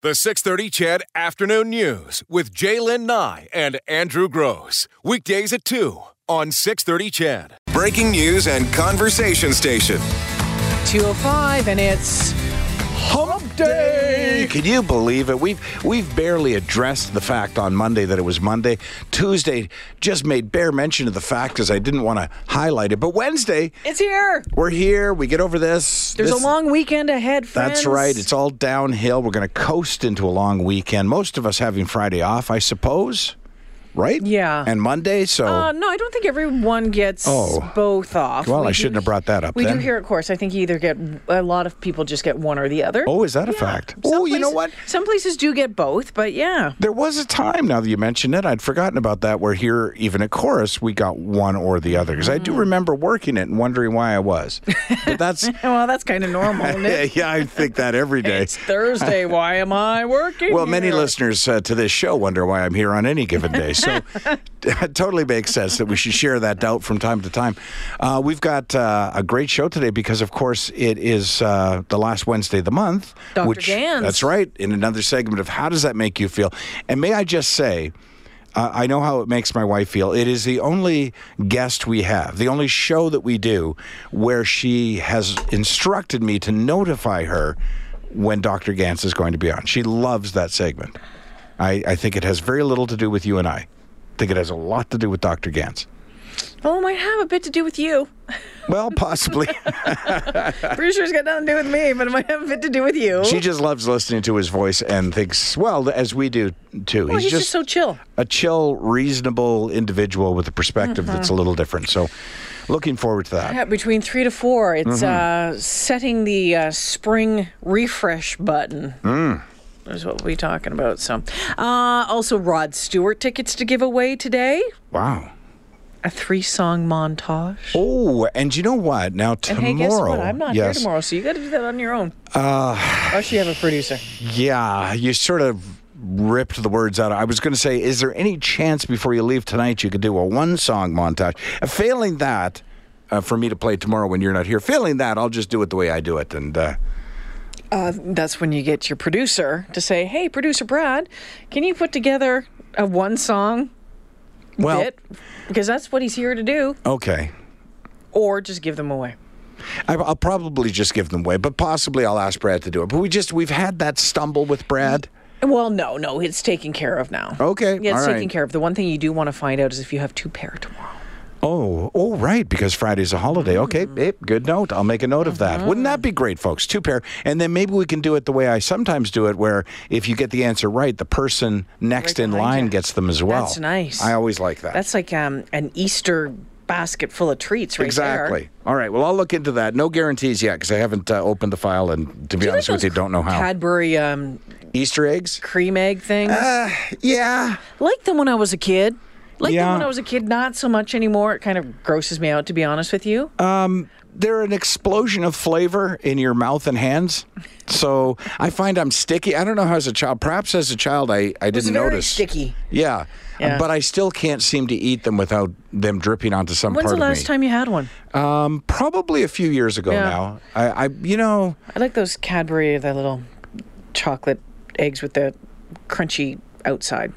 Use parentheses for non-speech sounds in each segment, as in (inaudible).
The 630 Chad Afternoon News with Jaylen Nye and Andrew Gross. Weekdays at 2 on 630 Chad. Breaking news and conversation station. 205, and it's Hump Day. Can you believe it? We've we've barely addressed the fact on Monday that it was Monday. Tuesday just made bare mention of the fact because I didn't want to highlight it. But Wednesday, It's here. we're here. We get over this. There's This- a long weekend ahead, friends. That's right. It's all downhill. We're going to coast into a long weekend. Most of us having Friday off, I suppose. Right? Yeah. And Monday. So Uh, no, I don't think everyone gets Oh. both off. Well, I do- shouldn't have brought that up We then. do here, of course. I think you either get a lot of people just get one or the other. oh, is that a fact? Oh, you know what? places- Some places do get both, but yeah. There was a time, now that you mention it, I'd forgotten about that, where here, even at Chorus, we got one or the other. Because I Mm. do remember working it and wondering why I (laughs) was. But that's, Well, that's kind of (laughs) normal, isn't yeah, it? yeah, I think that every day. It's (laughs) Thursday. Why am I working? Well, many here? listeners uh, to this show wonder why I'm here on any given day. (laughs) So (laughs) it totally makes sense that we should share that doubt from time to time. Uh, we've got uh, a great show today because, of course, it is uh, the last Wednesday of the month. Dr. Which, Gans. That's right. In another segment of How Does That Make You Feel? And may I just say, uh, I know how it makes my wife feel. It is the only guest we have, the only show that we do where she has instructed me to notify her when Dr. Gans is going to be on. She loves that segment. I, I think it has very little to do with you and I. I think it has a lot to do with Dr. Gans. Well, it might have a bit to do with (laughs) you. Well, (laughs) possibly. Pretty sure it's got nothing to do with me, but it might have a bit to do with you. she just loves listening to his voice and thinks, well, as we do too. well, Oh, he's just, so chill. a chill, reasonable individual with a perspective Mm-hmm. that's a little different. So, looking forward to that. Yeah, between three to four, it's Mm-hmm. uh, setting the uh, spring refresh button. Mm. Is what we're talking about. So, uh, also Rod Stewart tickets to give away today. Wow. A three-song montage. Oh, and you know what? Now and tomorrow, hey, guess what? I'm not here yes, tomorrow, so you got to do that on your own. Uh, Unless you have a producer. Yeah, you sort of ripped the words out. I was going to say, is there any chance before you leave tonight you could do a one-song montage? Uh, Failing that, uh, for me to play tomorrow when you're not here. Failing that, I'll just do it the way I do it, and uh, Uh, that's when you get your producer to say, "Hey, producer Brad, can you put together a one-song well, bit? Because that's what he's here to do." okay. Or just give them away. I, I'll probably just give them away, but possibly I'll ask Brad to do it. But we just we've had that stumble with Brad. Well, no, no, it's taken care of now. Okay, Yeah, it's all taken right. care of. The one thing you do want to find out is if you have two pair tomorrow. Oh, oh, right, because Friday's a holiday. Mm-hmm. Okay, eh, good note. I'll make a note of that. Wouldn't that be great, folks? Two pair. And then maybe we can do it the way I sometimes do it, where if you get the answer right, the person next Right in behind line you. gets them as well. That's nice. I always like that. That's like um, an Easter basket full of treats, right exactly. there. All right, well, I'll look into that. No guarantees yet because I haven't uh, opened the file, and to be Do you honest like with you, those don't know how. Cadbury um, Easter eggs? cream egg things. Uh, yeah. Liked them when I was a kid. Liked Yeah. them when I was a kid. Not so much anymore. It kind of grosses me out, to be honest with you. Uh, they're an explosion of flavor in your mouth and hands. So I find I'm sticky. I don't know how as a child. Perhaps as a child, I, I it's didn't very notice. sticky. Yeah. Yeah. but I still can't seem to eat them without them dripping onto some When's part the last of me. time you had one? Um, probably a few years ago Yeah. now. I, I, you know, I like those Cadbury, the little chocolate eggs with the crunchy outside,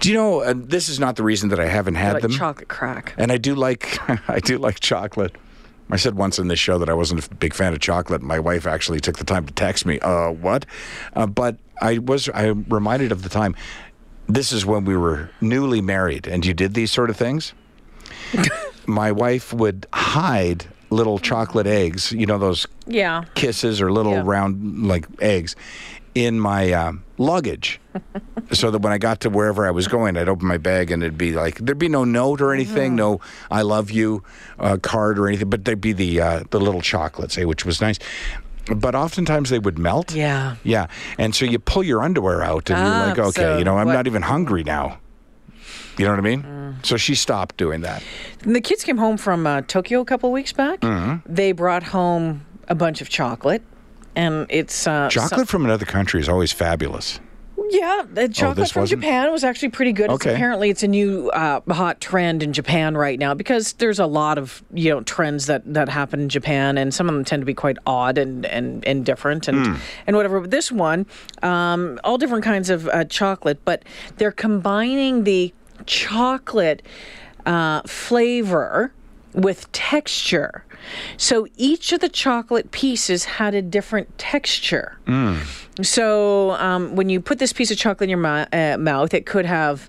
do you know? Uh, this is not the reason that I haven't had like them. Uh, chocolate crack. and I do like, (laughs) I do like chocolate. I said once in this show that I wasn't a big fan of chocolate. My wife actually took the time to text me. Uh, what? Uh, but I was. I am reminded of the time. This is when we were newly married, and you did these sort of things. My wife would hide little chocolate eggs. You know those Yeah. kisses or little Yeah. round like eggs in my um, (laughs) luggage so that when I got to wherever I was going, I'd open my bag and it'd be like there'd be no note or anything, Mm-hmm. no "I love you" uh, card or anything, but there'd be the uh, the little chocolates, eh, which was nice. But oftentimes they would melt. Yeah. Yeah, and so you pull your underwear out and Ah, you're like, okay, so you know, I'm what- Mm. not even hungry now. You know what I mean? So she stopped doing that. When the kids came home from uh, Tokyo a couple weeks back, they brought home a bunch of chocolate, and it's uh, some- Chocolate from another country is always fabulous. Yeah, the chocolate Oh, this from wasn't? Japan was actually pretty good. It's- Okay. apparently, it's a new uh, hot trend in Japan right now because there's a lot of you know trends that, that happen in Japan, and some of them tend to be quite odd and and, and different and Hmm. and whatever. But this one, um, all different kinds of uh, chocolate, but they're combining the chocolate uh, flavor with texture. So each of the chocolate pieces had a different texture. So um, when you put this piece of chocolate in your mou- uh, mouth, it could have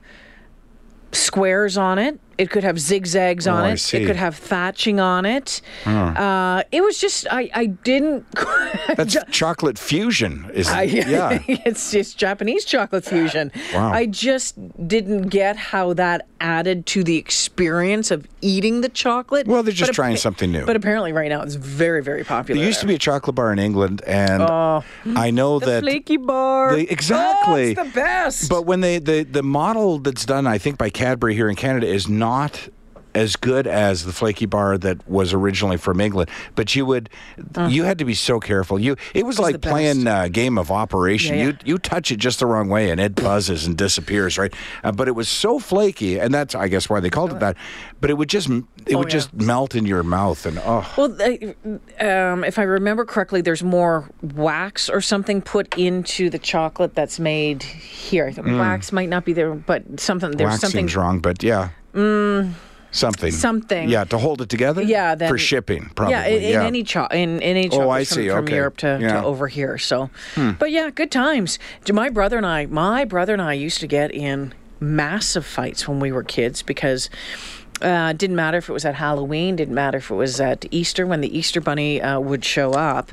squares on it. It could have zigzags on Oh, I it. see. It could have thatching on it. Uh, it was just I I didn't. (laughs) That's chocolate fusion, is I, (laughs) it? (laughs) Yeah. it's just Japanese chocolate fusion. Wow. I just didn't get how that added to the experience of eating the chocolate. Well, they're just But trying appa- something new. But apparently, right now it's very very popular. There used to be a chocolate bar in England, and I know Oh. the that flaky bar. They- exactly. Oh, it's the best. But when they the the model that's done, I think by Cadbury here in Canada is not as good as the flaky bar that was originally from England. But you would you had to be so careful. You it was like Uh. the best. playing a game of operation. Yeah, yeah. You you touch it just the wrong way and it buzzes and disappears, right? Uh, but it was so flaky, and that's I guess why they called it that. But it would just it would Uh. Oh, yeah. just melt in your mouth, and oh. Well, they- um, if I remember correctly, there's more wax or something put into the chocolate that's made here. I think Mm. Wax might not be there, but something there's Wax something. Mm. seems wrong, but yeah. Something. Something. Yeah, to hold it together. Yeah, then- for shipping, probably. Yeah, in, in yeah. Oh, any cho- in, in any chocolate I from, see. from Okay. Europe to, Yeah. to over here. So, but yeah, good times. Do- My brother and I, my brother and I used to get in massive fights when we were kids because. Uh, it didn't matter if it was at Halloween, didn't matter if it was at Easter when the Easter Bunny uh, would show up.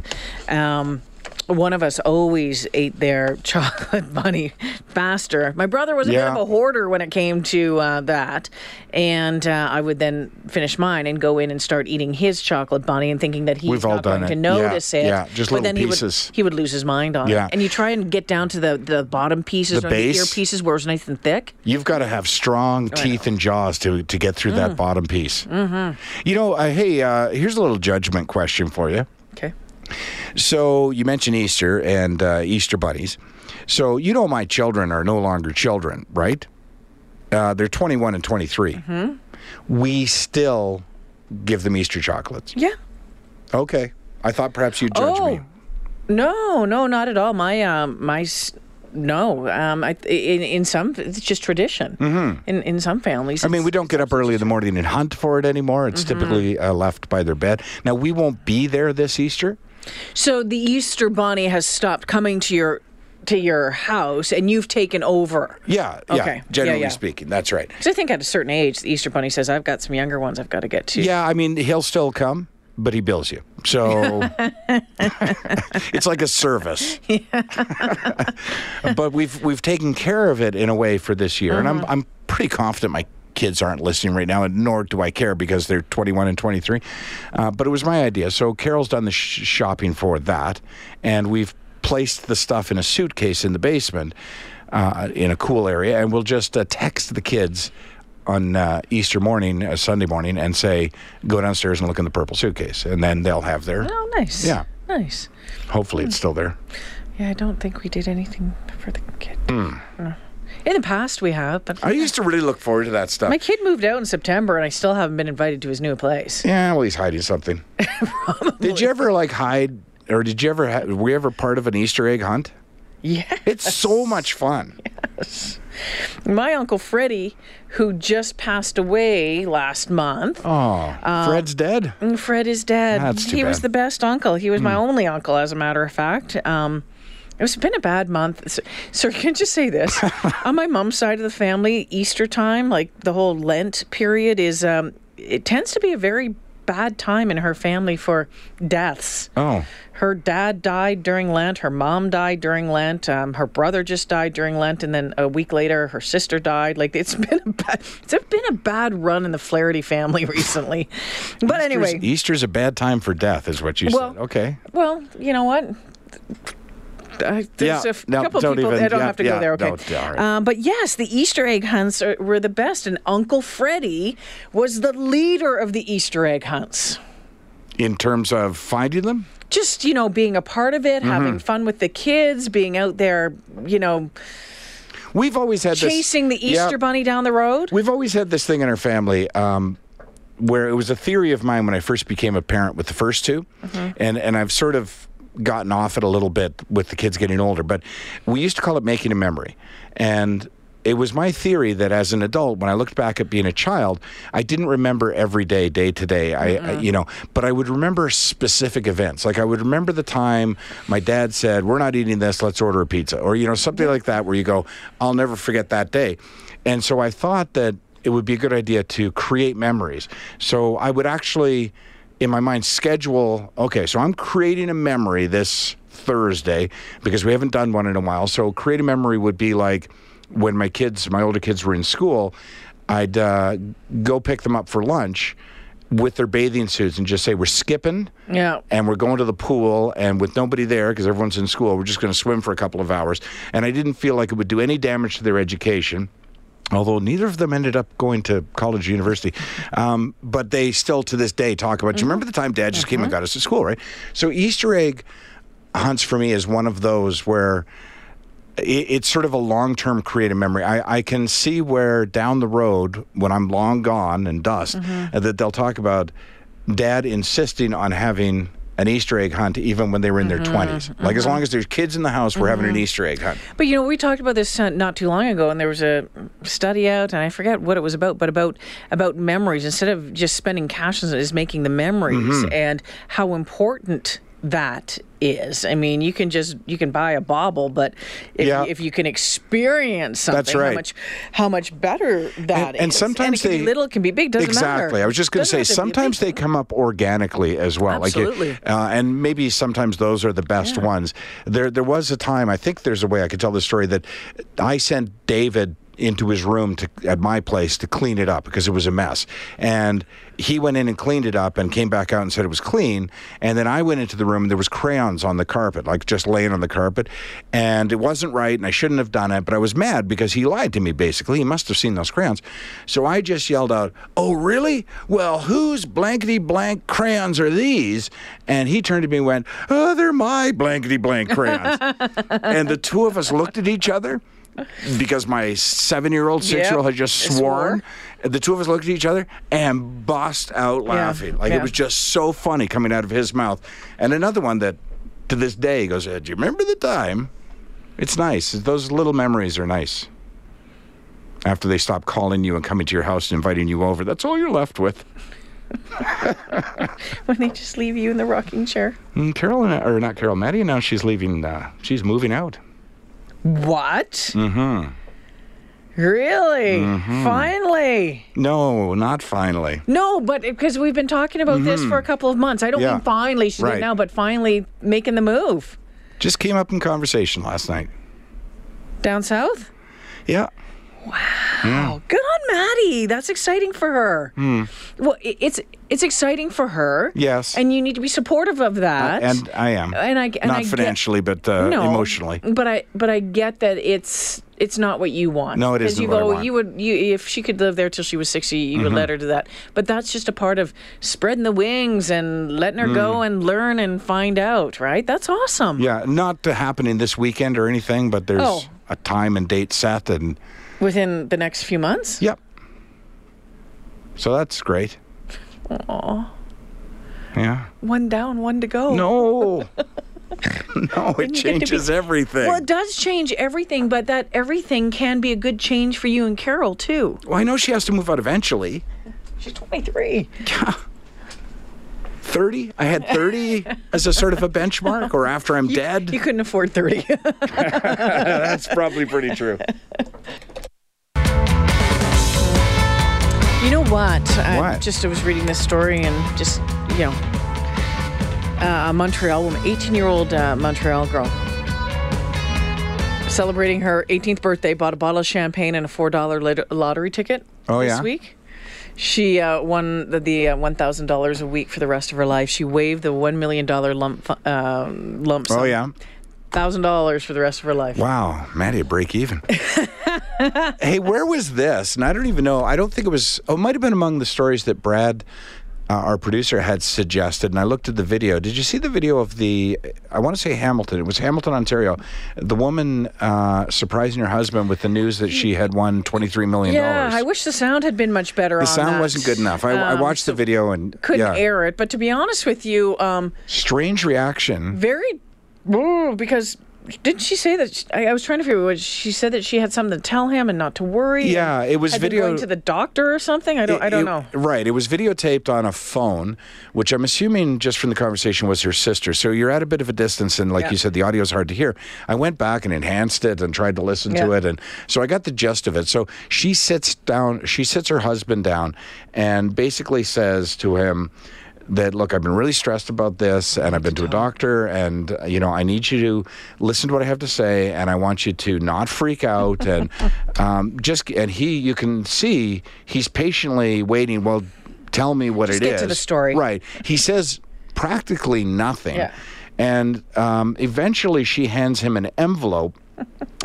Um, one of us always ate their (laughs) chocolate bunny faster. My brother was a Yeah. bit of a hoarder when it came to uh, that. And uh, I would then finish mine and go in and start eating his chocolate bunny and thinking that he's We've all not done going to it. Yeah, notice it. yeah, just little but then pieces. He would, he would lose his mind on Yeah. it. And you try and get down to the, the bottom pieces The or base? the ear pieces where it's nice and thick. You've got to have strong Oh, teeth and jaws to, to get through Mm. that bottom piece. Mm-hmm. You know, uh, hey, uh, here's a little judgment question for you. Okay. So you mentioned Easter and uh, Easter bunnies. So you know my children are no longer children, right? Uh, they're 21 and 23. Mm-hmm. We still give them Easter chocolates. Yeah. Okay. I thought perhaps you'd judge Oh, me. No, no, not at all. My um, my s- no. Um, I, in in some it's just tradition. Mm-hmm. In in some families, I mean, we don't get up early in the morning and hunt for it anymore. It's Mm-hmm. typically uh, left by their bed. Now, we won't be there this Easter. so the Easter Bunny has stopped coming to your to your house, and you've taken over. Yeah, Okay. yeah, Yeah, generally yeah. speaking. That's right. Because I think at a certain age, the Easter Bunny says, "I've got some younger ones I've got to get to." Yeah, I mean, he'll still come, but he bills you. (laughs) So (laughs) it's like a service. but we've we've taken care of it in a way for this year, and I'm I'm pretty confident my kids aren't listening right now, and nor do I care because they're 21 and 23. Uh, but it was my idea, so Carol's done the sh- shopping for that, and we've placed the stuff in a suitcase in the basement. Uh, in a cool area, and we'll just uh, text the kids on uh, Easter morning, uh, Sunday morning, and say, "Go downstairs and look in the purple suitcase," and then they'll have their. Oh, nice. Yeah. Nice. Hopefully, it's still there. Yeah, I don't think we did anything for the kid. No. In the past, we have, but I used to really look forward to that stuff. my kid moved out in September, and I still haven't been invited to his new (laughs) place. Yeah, well, he's (laughs) hiding something. Did you ever like hide, or did you ever? Ha- were you ever part of an Easter egg hunt? Yeah. (laughs) It's so much fun. My uncle Freddie, who just passed away last month. Oh, Um, Fred's dead. and Fred is dead. That's too he was bad. Hmm. the best uncle. He was my only uncle, as a matter of fact. Um, it's been a bad month. So, so (laughs) can I just say this? (laughs) On my mom's side of the family, Easter time, like the whole Lent period, is um, it tends to be a very bad time in her family for deaths. Oh, Her dad died during Lent. Her mom died during Lent. Um, her brother just died during Lent, and then a week later, her sister died. Like it's (laughs) been a bad, it's been a bad run in the Flaherty family (laughs) recently. but anyway, Easter's, Easter's a bad time for death, is what you Well, said. Okay. well, you know what? I, there's Yeah, a f- no, couple don't people. even- I don't yeah, have to yeah, go there. Okay. don't- yeah, all right. um, but yes, the Easter egg hunts are, were the best, and Uncle Freddie was the leader of the Easter egg hunts. In terms of finding them, Mm-hmm. just you know being a part of it having fun with the kids being out there you know We've always had this- Chasing the Yeah. Easter Bunny down the road? We've always had this thing in our family um, where it was a theory of mine when I first became a parent with the first 2 and and I've sort of gotten off it a little bit with the kids getting older. But we used to call it making a memory, and. It was my theory that as an adult, when I looked back at being a child, I didn't remember every day, day to day. I, I, you know, but I would remember specific events. Like I would remember the time my dad said, "We're not eating this. Let's order a pizza," or you know, something like that, where you go, "I'll never forget that day." And so I thought that it would be a good idea to create memories. So I would actually, in my mind, schedule okay, so I'm creating a memory this Thursday because we haven't done one in a while. So create a memory would be like when my kids, my older kids were in school, I'd uh, go pick them up for lunch with their bathing suits and just say, We're skipping Yeah. and we're going to the pool and with nobody there because everyone's in school we're just going to swim for a couple of hours and i didn't feel like it would do any damage to their education although neither of them ended up going to college or university um, but they still to this day talk about do you remember the time dad just came and got us to school right so easter egg hunts for me is one of those where it, it's sort of a long-term creative memory. I, I can see where down the road, when I'm long gone and dust, uh, that they'll talk about dad insisting on having an Easter egg hunt even when they were in their 20s. Like as long as there's kids in the house, we're having an Easter egg hunt. But you know, we talked about this uh, not too long ago, and there was a study out, and I forget what it was about, but about about memories. Instead of just spending cash, on it, is making the memories Mm-hmm. and how important that is. I mean, you can just you can buy a bauble, but if, Yeah. if you can experience something, That's right. how much how much better that And- is. and sometimes it can they- be little, it can be big, doesn't matter. exactly. I was just going to Doesn't say have be a big sometimes they come up organically as well. Absolutely. Like it, uh, and maybe sometimes those are the best ones. There there was a time I think there's a way I could tell the story that I sent David into his room to at my place to clean it up because it was a mess. And he went in and cleaned it up and came back out and said it was clean. And then I went into the room and there was crayons on the carpet, like just laying on the carpet. And it wasn't right and I shouldn't have done it, but I was mad because he lied to me basically. He must have seen those crayons. So I just yelled out, "Oh, really? Well, whose blankety blank crayons are these?" And he turned to me and went, "Oh, they're my blankety blank crayons." and the two of us looked at each other because my seven-year-old, six-year-old had just swore. sworn. The two of us looked at each other and bust out laughing. Like it yeah. was just so funny coming out of his mouth. And another one that, to this day, goes, "Uh, "Do you remember the time?" It's nice. Those little memories are nice. After they stop calling you and coming to your house and inviting you over, that's all you're left with. (laughs) when they just leave you in the rocking chair. Mm, Carol, and, or not Carol, Maddie, now she's leaving. Uh, she's moving out. What? Mm-hmm. Really? Mm-hmm. Finally. No, not finally. No, but because we've been talking about this for a couple of months. I don't Mm-hmm. Yeah. mean finally she Right. did now, but finally making the move. Just came up in conversation last night. Down south? Yeah. Oh, good on Maddie. That's exciting for her. Well, i- it's it's exciting for her. Hmm. Yes. Uh, And you need to be supportive of that. And I am. And I- and not I get- financially, but uh, no, emotionally. But I but I get that it's it's not what you want. No, it 'Cause isn't You what I go, want. Mm-hmm. you would you if she could live there till she was sixty, you would let her do that. But that's just a part of spreading the wings and letting her go and learn and find out. Right? That's awesome. Mm. Yeah, not to happening this weekend or anything, but there's Oh. a time and date set, and Within the next few months. yep. So that's great. Aww. Yeah. One down, one to go. (laughs) No. no, it you get to be- changes everything. Well, it does change everything, but that everything can be a good change for you and Carol too. Well, I know she has to move out eventually. She's 23. 30? I (laughs) had 30 as a sort of a benchmark, or after I'm dead. (laughs) You couldn't afford 30. That's probably pretty (laughs) true. You know what? I What? just I was reading this story and just you know, uh, a Montreal woman, 18-year-old uh, Montreal girl, celebrating her 18th birthday, bought a bottle of champagne and a four-dollar lit- lottery ticket Oh, this yeah? week. She uh, won the, the uh, $1,000 a week for the rest of her life. She waived the $1 million lump fu- uh, lump sum. Oh, yeah. $1,000 for the rest of her life. Wow, Maddie, a break even. hey, where was this? And I don't even know. I don't think it was. Oh, it might have been among the stories that Brad uh, our producer had suggested, and I looked at the video. Did you see the video of the? I want to say Hamilton. It was Hamilton, Ontario. The woman uh, surprising her husband with the news that she had won twenty three million Yeah, dollars. I wish the sound had been much better. the on sound that. wasn't good enough. I, I Um, watched so the video and Couldn't yeah. air it, but to be honest with you, um, Strange reaction. very Ooh, because didn't she say that? She, I, I was trying to figure out what she said that she had something to tell him and not to worry. and Yeah, it was had video- been going to the doctor or something. I don't. I don't It- know. (laughs) Right. It was videotaped on a phone, which I'm assuming just from the conversation was her sister. So you're at a bit of a distance, and like Yeah. you said, the audio is hard to hear. I went back and enhanced it and tried to listen to Yeah. it, and so I got the gist of it. So she sits down, she sits her husband down, and basically says to him. That look, I've been really stressed about this, and I've been to a doctor, and uh, you know, I need you to listen to what I have to say, and I want you to not freak out, (laughs) and um, just and he, you can see he's patiently waiting. Well, tell me what it is. get to the story. Right. He says practically nothing. Yeah. And um, eventually she hands him an envelope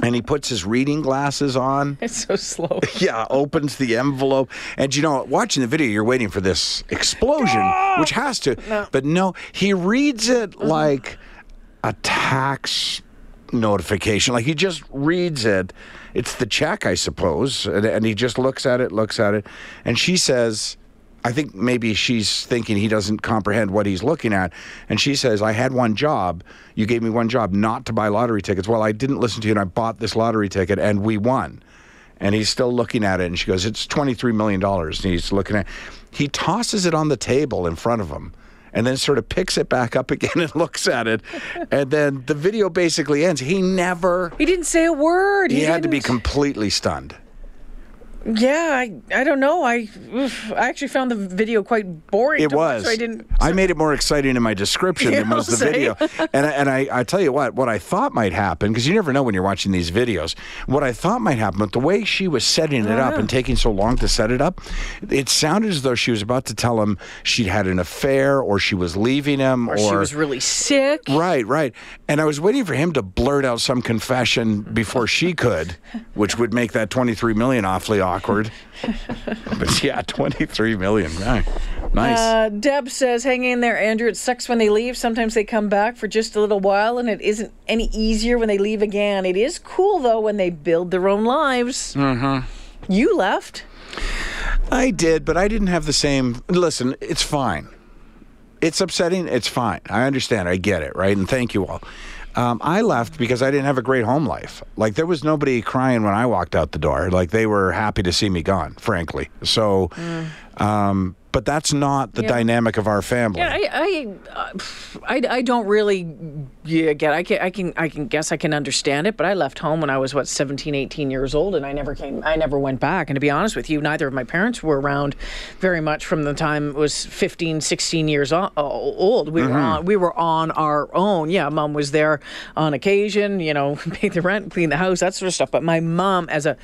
and he puts his reading glasses on. It's so (laughs) slow. Yeah, opens the envelope. And you know, watching the video, you're waiting for this explosion, which has to. But no, he reads it like a tax notification. Like he just reads it. It's the check, I suppose. And, and he just looks at it, looks at it. And she says, I think maybe she's thinking he doesn't comprehend what he's looking at. And she says, I had one job. You gave me one job not to buy lottery tickets. Well, I didn't listen to you and I bought this lottery ticket and we won. And he's still looking at it and she goes, It's $23 million. And he's looking at He tosses it on the table in front of him and then sort of picks it back up (laughs) again and looks at it. And then the video basically ends. He never, He didn't say a word. he, had to be didn't- completely stunned. Yeah, I, I don't know. I oof, I actually found the video quite boring. It to watch, was. so I didn't. (laughs) I made it more exciting in my description than Yeah, was the I'll say. (laughs) video. And I, and I, I tell you what, what I thought might happen because you never know when you're watching these videos. What I thought might happen, but the way she was setting Oh, it up and taking so long to set it up, it sounded as though she was about to tell him she'd had an affair or she was leaving him or, Or she was really sick. (laughs) Right, right. And I was waiting for him to blurt out some confession before she could, which would make that 23 million awfully (laughs) awkward. But yeah, 23 million. Right. Nice. Uh, Deb says, "Hang in there, Andrew. It sucks when they leave. Sometimes they come back for just a little while, and it isn't any easier when they leave again. It is cool though when they build their own lives." Mm-hmm. You left. I did, but I didn't have the same. Listen, it's fine. It's upsetting. It's fine. I understand. I get it. Right. And thank you all. Um, I left because I didn't have a great home life. Like there was nobody crying when I walked out the door. Like they were happy to see me gone. Frankly. So, um, but that's not the dynamic of our family. Mm. Yeah, I, I, uh, pff, I, I don't really yeah, get. I can, I can, I can guess. I can understand it. But I left home when I was what 17, 18 years old, and I never came. I never went back. And to be honest with you, neither of my parents were around very much from the time it was 15, 16 years o- o- old. We were on. We were on our own. Yeah, mom was there on occasion. You know, (laughs) pay the rent, clean the house, that sort of stuff. But my mom, as a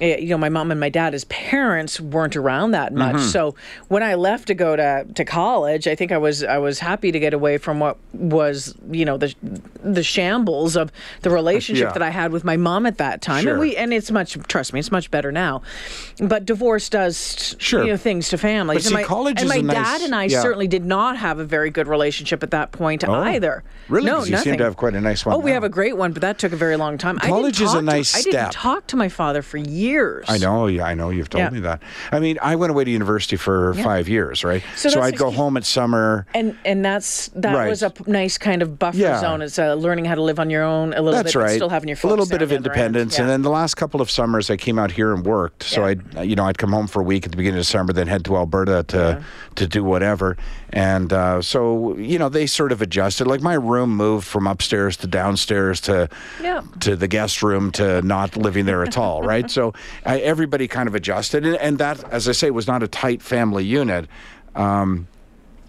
eh, you know, my mom and my dad, as parents, weren't around that much. Mm-hmm. So when I left to go to, to college, I think I was I was happy to get away from what was you know the the shambles of the relationship Yeah. that I had with my mom at that time. Sure. And we and it's much trust me, it's much better now. But divorce does Sure. you know things to families. see, and my, college and is my a nice- dad and I yeah. Oh. certainly did not have a very good relationship at that point either. Really? No, 'Cause you seem to nothing. have quite a nice one Oh, we now. have a great one, but that took a very long time. I didn't College is a talk to- nice I didn't step. talk to my father for years. I know, yeah, I know. You've told Yeah. me that. I mean, I went away to university for five years, right? So that's I'd go like- home at summer. And and that's that Right. was a p- nice kind of buffer Yeah. zone. It's uh, learning how to live on your own a little That's bit, but right. still having your a folks little there bit of on the other end. independence, Yeah. and then the last couple of summers I came out here and worked. So Yeah. I, you know, I'd come home for a week at the beginning of summer, then head to Alberta to to do whatever. And uh, so you know, they sort of adjusted. Like my room moved from upstairs to downstairs to Yeah. to the guest room to not living there at (laughs) all, right? So I, everybody kind of adjusted, and, and that, as I say, was not a tight family unit. Um,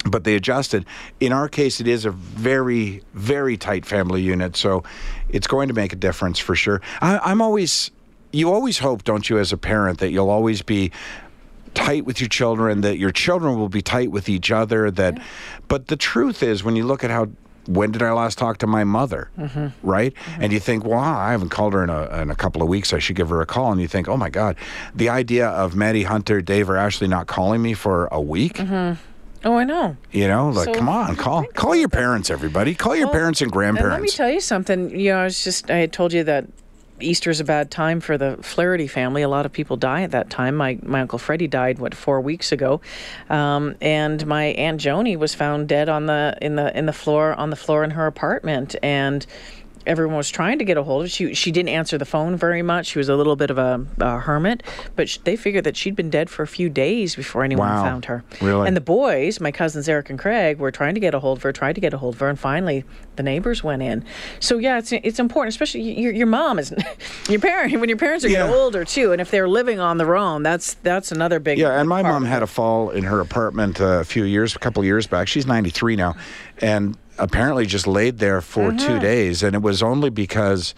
but they adjusted. In our case, it is a very, very tight family unit, so it's going to make a difference for sure. I, I'm always, you always hope, don't you, as a parent, that you'll always be tight with your children, that your children will be tight with each other. That, but the truth is, when you look at how when did I last talk to my mother? Right? And you think, well, I haven't called her in a, in a couple of weeks. I should give her a call. And you think, oh my God, the idea of Maddie Hunter, Dave, or Ashley not calling me for a week Oh, I know. You know, like So- come on, call call your parents, everybody. Call your parents and And let me grandparents. tell you something. You know, I was just, I had told you that Easter's a bad time for the Flaherty family. A lot of people die at that time. My, my Uncle Freddie died, what, four weeks ago. Um, and my Aunt Joni was found dead on the, in the, in the floor, on the floor in her apartment. And, Everyone was trying to get a hold of her. She, she didn't answer the phone very much. She was a little bit of a, a hermit, but sh they figured that she'd been dead for a few days before anyone Wow. found her. Really? And the boys, my cousins Eric and Craig, were trying to get a hold of her, tried to get a hold of her, and finally the neighbors went in. So yeah, it's it's important, especially y- your your mom is (laughs) your parent when your parents are Yeah. getting older too, and if they're living on their own, that's that's another big Yeah, and my part. mom had a fall in her apartment uh, a few years, a couple of years back. She's 93 now, and apparently just laid there Uh-huh. for two days. And it was only because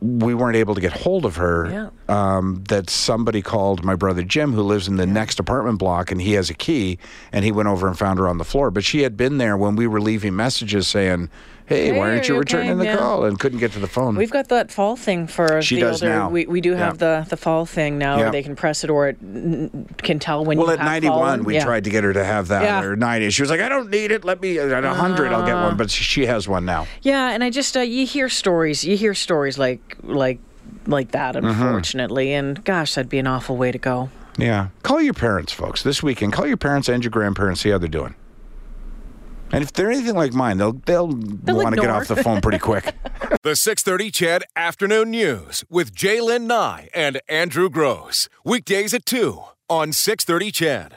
we weren't able to get hold of her um, that somebody called my brother Jim, who lives in the next apartment block, and he has a key, and he went over and found her on the floor. But she had been there when we were leaving messages saying, "Hey, Hey, why aren't are you you returning okay?" the Yeah. call?" and couldn't get to the phone. We've got that fall thing for She the does older. now. We, we do Yeah. have the the fall thing now, Yeah. where they can press it or it n- can tell when. Well, you at have 91, fallen. we Yeah. tried to get her to have that. Yeah. Ah. Or 90. She was like, I don't need it. Let me, at 100, I'll get one. But she has one now. Yeah, and I just uh, you hear stories, you hear stories like like like that, Mm-hmm. unfortunately, and gosh, that'd be an awful way to go. Yeah. Call your parents, folks, this weekend. Call your parents and your grandparents, see how they're doing. And if they're anything like mine, they'll they'll, want to get ignore. off the phone (laughs) pretty quick. The 630 Chad Afternoon News with Jaylen Nye and Andrew Gross. Weekdays at 2 on 630 Chad.